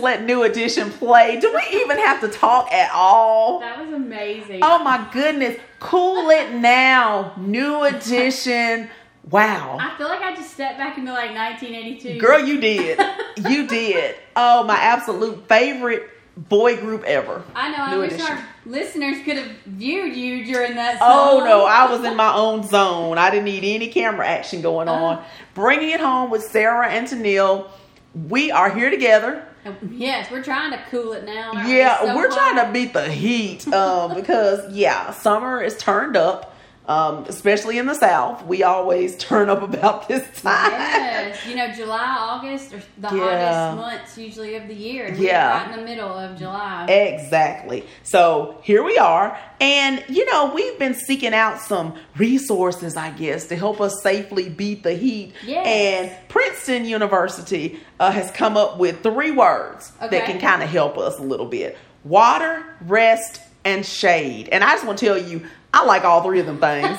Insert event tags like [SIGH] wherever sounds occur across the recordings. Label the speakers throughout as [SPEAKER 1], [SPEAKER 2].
[SPEAKER 1] let New Edition play. Do we even have to talk at all?
[SPEAKER 2] That was amazing.
[SPEAKER 1] Oh my goodness. Cool it now. New Edition. Wow.
[SPEAKER 2] I feel like I just stepped back into like 1982.
[SPEAKER 1] Girl, you did. You did. Oh, my absolute favorite boy group ever.
[SPEAKER 2] I know. I
[SPEAKER 1] New
[SPEAKER 2] wish
[SPEAKER 1] Edition.
[SPEAKER 2] our listeners could have viewed you during that.
[SPEAKER 1] Oh
[SPEAKER 2] song.
[SPEAKER 1] no, I was in my own zone. I didn't need any camera action going on. Bringing it home with Sarah and Tennille. We are here together.
[SPEAKER 2] Yes, we're trying to cool it now. aren't we?
[SPEAKER 1] Yeah,
[SPEAKER 2] It's so
[SPEAKER 1] we're
[SPEAKER 2] hot.
[SPEAKER 1] trying to beat the heat
[SPEAKER 2] [LAUGHS]
[SPEAKER 1] um, because yeah, summer is turned up, um, especially in the South. We always turn up about this time.
[SPEAKER 2] Yes, you know July, August are the
[SPEAKER 1] Yeah.
[SPEAKER 2] hottest months usually of the year. and
[SPEAKER 1] Yeah.
[SPEAKER 2] we're right in the middle of July.
[SPEAKER 1] Exactly. So here we are. And, you know, we've been seeking out some resources, I guess, to help us safely beat the heat.
[SPEAKER 2] Yes.
[SPEAKER 1] And Princeton University uh, has come up with three words that
[SPEAKER 2] Okay.
[SPEAKER 1] can kind of help us a little bit water, rest, and shade. And I just want to tell you, I like all three of them
[SPEAKER 2] [LAUGHS]
[SPEAKER 1] things.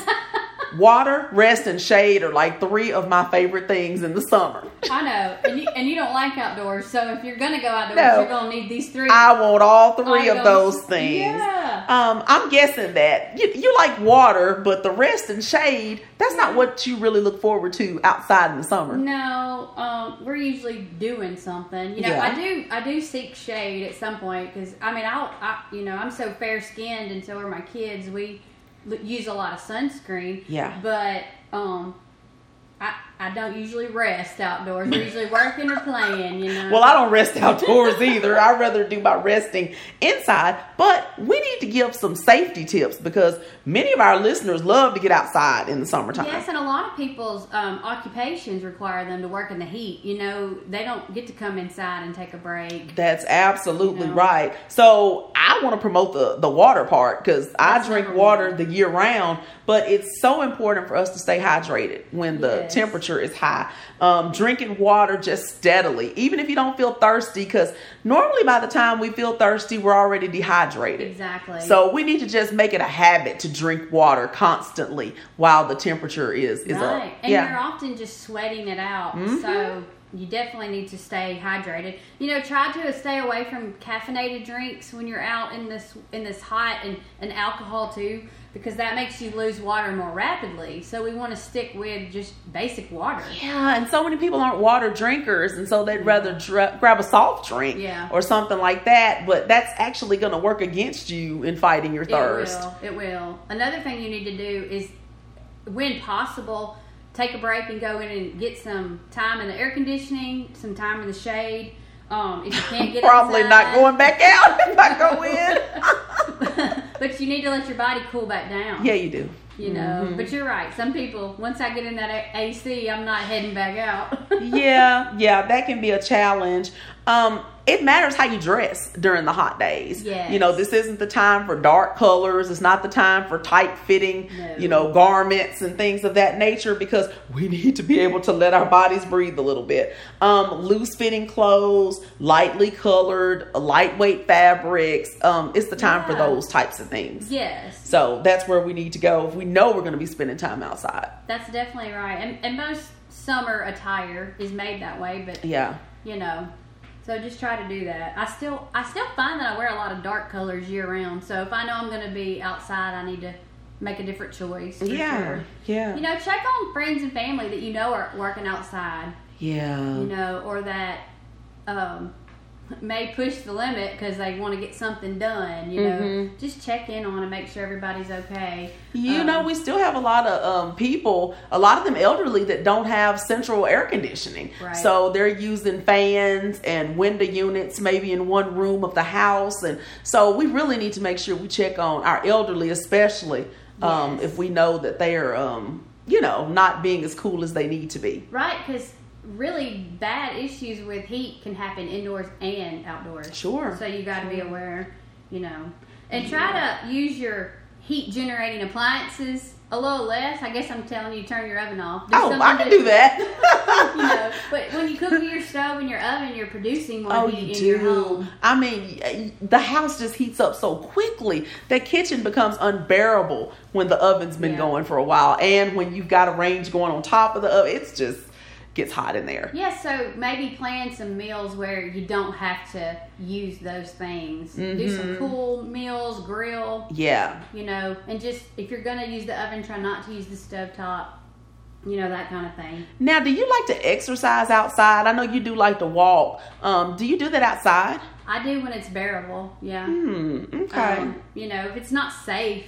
[SPEAKER 1] water, rest, and shade are like three of my favorite things in the summer.
[SPEAKER 2] I know, and you, and you don't like outdoors, so if you're gonna go outdoors,
[SPEAKER 1] No.
[SPEAKER 2] you're gonna need these three.
[SPEAKER 1] I want all three of
[SPEAKER 2] Items.
[SPEAKER 1] those things.
[SPEAKER 2] Yeah.
[SPEAKER 1] Um, I'm guessing that you, you like water, but the rest and shade, that's not what you really look forward to outside in the summer.
[SPEAKER 2] Mm-hmm. No, um, we're usually doing something. You know,
[SPEAKER 1] Yeah.
[SPEAKER 2] I do. I do seek shade at some point because I mean, I'll, I, you know, I'm so fair skinned, and so are my kids. We l- use a lot of sunscreen.
[SPEAKER 1] Yeah.
[SPEAKER 2] But um, I I don't usually rest outdoors. We're usually working or playing. You know.
[SPEAKER 1] Well, I don't rest [LAUGHS] outdoors either. I rather do my resting inside. But we need to give some safety tips because many of our listeners love to get outside in the summertime.
[SPEAKER 2] Yes, and a lot of people's um, occupations require them to work in the heat. You know, they don't get to come inside and take a break.
[SPEAKER 1] That's absolutely
[SPEAKER 2] You know?
[SPEAKER 1] right. So I want to promote the the water part because I
[SPEAKER 2] That's
[SPEAKER 1] drink
[SPEAKER 2] number
[SPEAKER 1] water
[SPEAKER 2] one.
[SPEAKER 1] the year round, but it's so important for us to stay hydrated when the
[SPEAKER 2] Yes.
[SPEAKER 1] temperature is high. Um, drinking water just steadily, even if you don't feel thirsty, because normally by the time we feel thirsty, we're already dehydrated.
[SPEAKER 2] Exactly.
[SPEAKER 1] So we need to just make it a habit to drink water constantly while the temperature is is
[SPEAKER 2] right.
[SPEAKER 1] up.
[SPEAKER 2] And you're
[SPEAKER 1] yeah. Mm-hmm.
[SPEAKER 2] often just sweating it out. So you definitely need to stay hydrated. You know, try to stay away from caffeinated drinks when you're out in this in this hot and, and alcohol too, because that makes you lose water more rapidly. So we want to stick with just basic water.
[SPEAKER 1] Yeah, and so many people aren't water drinkers, and so they'd rather dr- grab a soft drink
[SPEAKER 2] Yeah.
[SPEAKER 1] or something like that. But that's actually going to work against you in fighting your thirst.
[SPEAKER 2] It will. It will. Another thing you need to do is, when possible, take a break and go in and get some time in the air conditioning, some time in the shade. Um, if you can't
[SPEAKER 1] [LAUGHS]
[SPEAKER 2] get
[SPEAKER 1] Probably not
[SPEAKER 2] outside.
[SPEAKER 1] going back out if I go
[SPEAKER 2] [LAUGHS]
[SPEAKER 1] in. [LAUGHS]
[SPEAKER 2] but you need to let your body cool back down.
[SPEAKER 1] yeah, Mm-hmm. you do.
[SPEAKER 2] You know, but you're right. Some people, once I get in that A- AC, I'm not heading back out.
[SPEAKER 1] [LAUGHS] yeah, yeah, that can be a challenge. Um, it matters how you dress during the hot days.
[SPEAKER 2] Yes.
[SPEAKER 1] You know, this isn't the time for dark colors. It's not the time for tight fitting,
[SPEAKER 2] No.
[SPEAKER 1] you know, garments and things of that nature because we need to be able to let our bodies breathe a little bit. Um, loose fitting clothes, lightly colored, lightweight fabrics. Um, it's the time for
[SPEAKER 2] Yeah.
[SPEAKER 1] those types of things.
[SPEAKER 2] [LAUGHS] yes.
[SPEAKER 1] So that's where we need to go if we know we're going to be spending time outside.
[SPEAKER 2] That's definitely right. And, and most summer attire is made that way, but
[SPEAKER 1] Yeah.
[SPEAKER 2] you know. So just try to do that. I still I still find that I wear a lot of dark colors year round. So if I know I'm going to be outside, I need to make a different choice. for
[SPEAKER 1] Yeah.
[SPEAKER 2] sure.
[SPEAKER 1] Yeah.
[SPEAKER 2] You know, check on friends and family that you know are working outside.
[SPEAKER 1] yeah.
[SPEAKER 2] you know, or that um, may push the limit because they want to get something done. You know,
[SPEAKER 1] Mhm.
[SPEAKER 2] just check in on and make sure everybody's okay.
[SPEAKER 1] You
[SPEAKER 2] Um,
[SPEAKER 1] know, we still have a lot of um, people, a lot of them elderly that don't have central air conditioning.
[SPEAKER 2] Right.
[SPEAKER 1] So they're using fans and window units maybe in one room of the house. And so we really need to make sure we check on our elderly, especially um,
[SPEAKER 2] Yes.
[SPEAKER 1] if we know that they are, um, you know, not being as cool as they need to be.
[SPEAKER 2] right? Because really bad issues with heat can happen indoors and outdoors.
[SPEAKER 1] Sure.
[SPEAKER 2] So you got to be aware, you know, and try to use your heat generating appliances a little less. I guess I'm telling you, turn your oven off. Do
[SPEAKER 1] oh, I
[SPEAKER 2] something
[SPEAKER 1] can
[SPEAKER 2] to-
[SPEAKER 1] do that.
[SPEAKER 2] [LAUGHS] You know, but when you cook with your stove and your oven, you're producing more
[SPEAKER 1] Oh,
[SPEAKER 2] heat
[SPEAKER 1] you
[SPEAKER 2] in
[SPEAKER 1] do.
[SPEAKER 2] your home.
[SPEAKER 1] I mean, y- the house just heats up so quickly. That kitchen becomes unbearable when the oven's been
[SPEAKER 2] Yeah.
[SPEAKER 1] going for a while, and when you've got a range going on top of the oven, it's just gets hot in there.
[SPEAKER 2] Yeah, so maybe plan some meals where you don't have to use those things. Do
[SPEAKER 1] Mm-hmm.
[SPEAKER 2] some cool meals, grill,
[SPEAKER 1] Yeah.
[SPEAKER 2] you know, and just if you're gonna use the oven, try not to use the stove top, you know, that kind of thing.
[SPEAKER 1] Now, do you like to exercise outside? I know you do like to walk. Um, do you do that outside?
[SPEAKER 2] I do when it's bearable, yeah.
[SPEAKER 1] Hmm. Okay.
[SPEAKER 2] Um, you know, if it's not safe,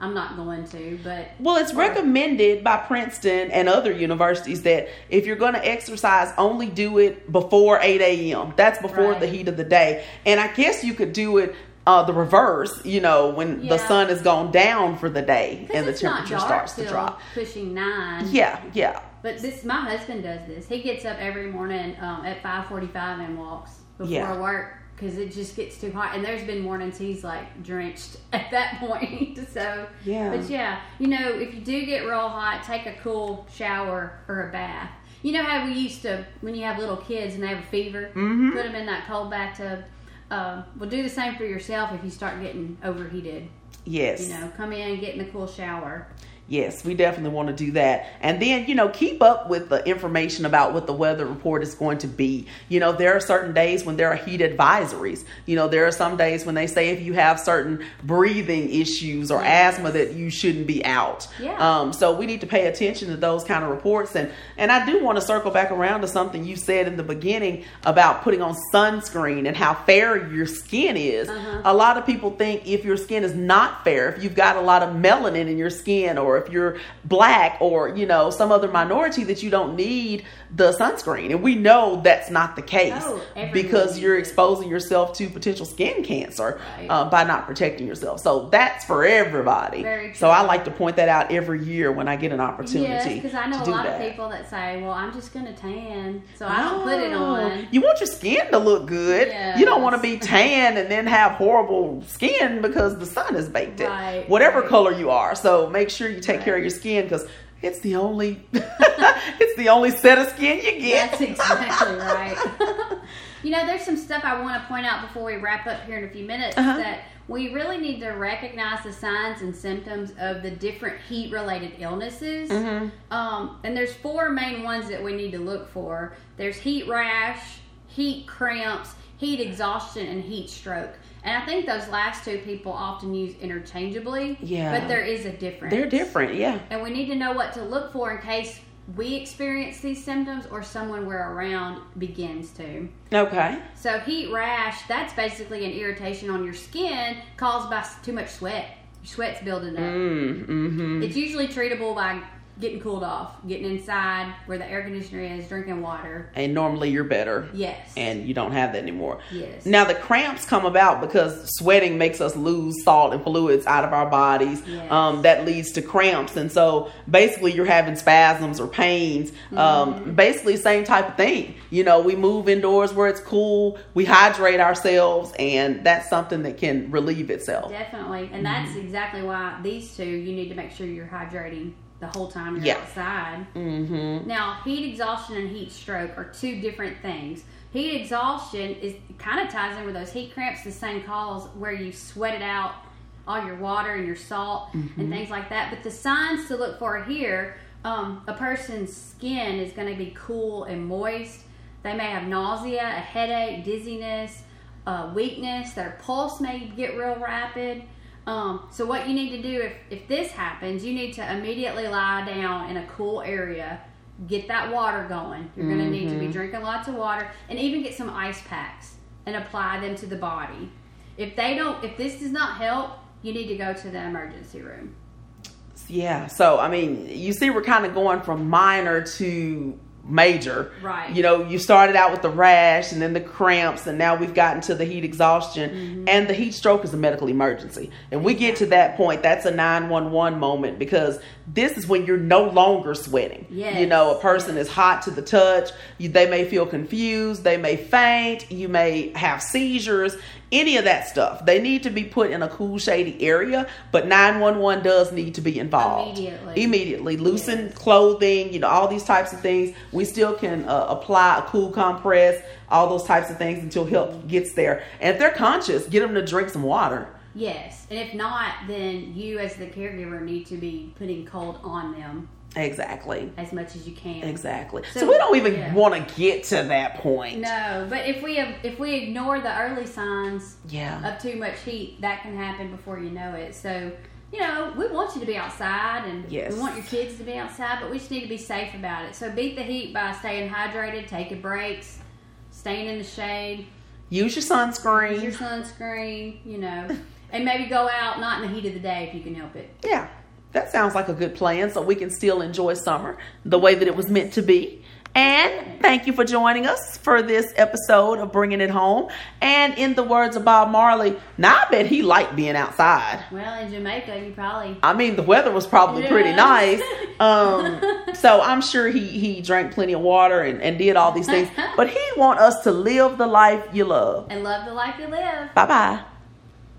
[SPEAKER 2] I'm not going to, but
[SPEAKER 1] Well, it's recommended by Princeton and other universities that if you're going to exercise, only do it before 8 a.m. That's before
[SPEAKER 2] Right.
[SPEAKER 1] the heat of the day. And I guess you could do it uh, the reverse, you know, when the
[SPEAKER 2] Yeah.
[SPEAKER 1] sun has gone down for the day
[SPEAKER 2] 'cause
[SPEAKER 1] and the
[SPEAKER 2] it's not
[SPEAKER 1] temperature
[SPEAKER 2] dark
[SPEAKER 1] starts to
[SPEAKER 2] till
[SPEAKER 1] drop.
[SPEAKER 2] Pushing nine.
[SPEAKER 1] Yeah, yeah.
[SPEAKER 2] But this, my husband does this. He gets up every morning um, at five forty-five and walks before
[SPEAKER 1] Yeah.
[SPEAKER 2] work because it just gets too hot. And there's been mornings he's like drenched [LAUGHS] at that point. [LAUGHS] so
[SPEAKER 1] Yeah.
[SPEAKER 2] but yeah, you know, if you do get real hot, take a cool shower or a bath. You know how we used to when you have little kids and they have a fever,
[SPEAKER 1] Mhm.
[SPEAKER 2] put them in that cold bathtub. Uh, well, do the same for yourself if you start getting overheated.
[SPEAKER 1] Yes.
[SPEAKER 2] You know, come in, get in the cool shower.
[SPEAKER 1] Yes, we definitely want to do that. And then, you know, keep up with the information about what the weather report is going to be. You know, there are certain days when there are heat advisories. You know, there are some days when they say if you have certain breathing issues or
[SPEAKER 2] Yes.
[SPEAKER 1] asthma that you shouldn't be out.
[SPEAKER 2] Yeah.
[SPEAKER 1] Um, so we need to pay attention to those kind of reports. And and I do want to circle back around to something you said in the beginning about putting on sunscreen and how fair your skin is
[SPEAKER 2] Uh-huh.
[SPEAKER 1] a lot of people think if your skin is not fair, if you've got a lot of melanin in your skin, or if you're black, or you know some other minority, that you don't need the sunscreen. And we know that's not the case
[SPEAKER 2] Oh, everyone
[SPEAKER 1] because
[SPEAKER 2] needs
[SPEAKER 1] you're
[SPEAKER 2] it.
[SPEAKER 1] exposing yourself to potential skin cancer
[SPEAKER 2] Right.
[SPEAKER 1] uh, by not protecting yourself. So that's for everybody.
[SPEAKER 2] Very true.
[SPEAKER 1] So I like to point that out every year when I get an opportunity.
[SPEAKER 2] Yes, because I know
[SPEAKER 1] to
[SPEAKER 2] a
[SPEAKER 1] do
[SPEAKER 2] lot
[SPEAKER 1] that.
[SPEAKER 2] of people that say, "Well, I'm just gonna tan, so I don't put it on."
[SPEAKER 1] Oh, You want your skin to look good. You don't want to be
[SPEAKER 2] Yes.
[SPEAKER 1] tan and then have horrible skin because the sun has baked it.
[SPEAKER 2] Right,
[SPEAKER 1] Whatever
[SPEAKER 2] right.
[SPEAKER 1] color you are, so make sure you take care of your skin because it's the only [LAUGHS] it's the only set of skin you get.
[SPEAKER 2] That's exactly right. [LAUGHS] you know, there's some stuff I want to point out before we wrap up here in a few minutes
[SPEAKER 1] Uh-huh.
[SPEAKER 2] that we really need to recognize the signs and symptoms of the different heat-related illnesses.
[SPEAKER 1] Mm-hmm.
[SPEAKER 2] Um, and there's four main ones that we need to look for. There's heat rash, heat cramps, heat exhaustion, and heat stroke. And I think those last two people often use interchangeably.
[SPEAKER 1] Yeah.
[SPEAKER 2] But there is a difference.
[SPEAKER 1] They're different, yeah.
[SPEAKER 2] And we need to know what to look for in case we experience these symptoms or someone we're around begins to.
[SPEAKER 1] Okay.
[SPEAKER 2] So, heat rash, that's basically an irritation on your skin caused by s- too much sweat. Your sweat's building up.
[SPEAKER 1] Mm, hmm
[SPEAKER 2] It's usually treatable by getting cooled off, getting inside where the air conditioner is, drinking water.
[SPEAKER 1] And normally you're better,
[SPEAKER 2] Yes.
[SPEAKER 1] and you don't have that anymore.
[SPEAKER 2] yes.
[SPEAKER 1] Now the cramps come about because sweating makes us lose salt and fluids out of our bodies.
[SPEAKER 2] Yes.
[SPEAKER 1] Um, that leads to cramps, and so basically you're having spasms or pains.
[SPEAKER 2] Mm-hmm.
[SPEAKER 1] Um, basically, same type of thing. You know, we move indoors where it's cool, we hydrate ourselves, and that's something that can relieve itself.
[SPEAKER 2] Definitely. And that's exactly why these two, you need to make sure you're hydrating the whole time you're
[SPEAKER 1] Yeah.
[SPEAKER 2] outside.
[SPEAKER 1] Mm-hmm.
[SPEAKER 2] Now, heat exhaustion and heat stroke are two different things. Heat exhaustion is kind of ties in with those heat cramps, the same cause where you sweat it out all your water and your salt
[SPEAKER 1] Mm-hmm.
[SPEAKER 2] and things like that. But the signs to look for here um, a person's skin is going to be cool and moist. They may have nausea, a headache, dizziness, uh, weakness. Their pulse may get real rapid. Um, so, what you need to do if, if this happens, you need to immediately lie down in a cool area get that water going. You're going to need to be drinking lots of water and even get some ice packs and apply them to the body. If they don't, if this does not help, you need to go to the emergency room.
[SPEAKER 1] Yeah. So I mean, you see, we're kind of going from minor to major.
[SPEAKER 2] Right.
[SPEAKER 1] You know, you started out with the rash and then the cramps, and now we've gotten to the heat exhaustion.
[SPEAKER 2] Mm-hmm.
[SPEAKER 1] And the heat stroke is a medical emergency. And we get to that point, that's a 911 moment because this is when you're no longer sweating.
[SPEAKER 2] Yes.
[SPEAKER 1] You know, a person is hot to the touch. You, they may feel confused. They may faint. You may have seizures, any of that stuff. They need to be put in a cool, shady area, but 911 does need to be involved.
[SPEAKER 2] Immediately.
[SPEAKER 1] Immediately. Loosen clothing, you know, all these types of things. We still can uh, apply a cool compress, all those types of things until help gets there. And if they're conscious, get them to drink some water.
[SPEAKER 2] Yes. And if not, then you as the caregiver need to be putting cold on them.
[SPEAKER 1] Exactly.
[SPEAKER 2] as much as you can.
[SPEAKER 1] Exactly. So,
[SPEAKER 2] So-
[SPEAKER 1] we don't even
[SPEAKER 2] yeah.
[SPEAKER 1] want to get to that point.
[SPEAKER 2] No, but if we if we ignore the early signs
[SPEAKER 1] Yeah.
[SPEAKER 2] of too much heat, that can happen before you know it. So, you know, we want you to be outside and
[SPEAKER 1] Yes.
[SPEAKER 2] we want your kids to be outside, but we just need to be safe about it. So, beat the heat by staying hydrated, taking breaks, staying in the shade,
[SPEAKER 1] Use your
[SPEAKER 2] use your
[SPEAKER 1] sunscreen.
[SPEAKER 2] sunscreen, you
[SPEAKER 1] [LAUGHS]
[SPEAKER 2] know, and maybe go out not in the heat of the day if you can help it.
[SPEAKER 1] Yeah. That sounds like a good plan so we can still enjoy summer the way that it was meant to be. And thank you for joining us for this episode of Bringing It Home. And in the words of Bob Marley, now I bet he liked being outside.
[SPEAKER 2] Well, in Jamaica, you probably
[SPEAKER 1] I mean, the weather was probably pretty
[SPEAKER 2] Yeah.
[SPEAKER 1] nice. Um, so I'm sure he he drank plenty of water and, and did all these things. But he want us to live the life you love.
[SPEAKER 2] and love the life you live.
[SPEAKER 1] Bye bye.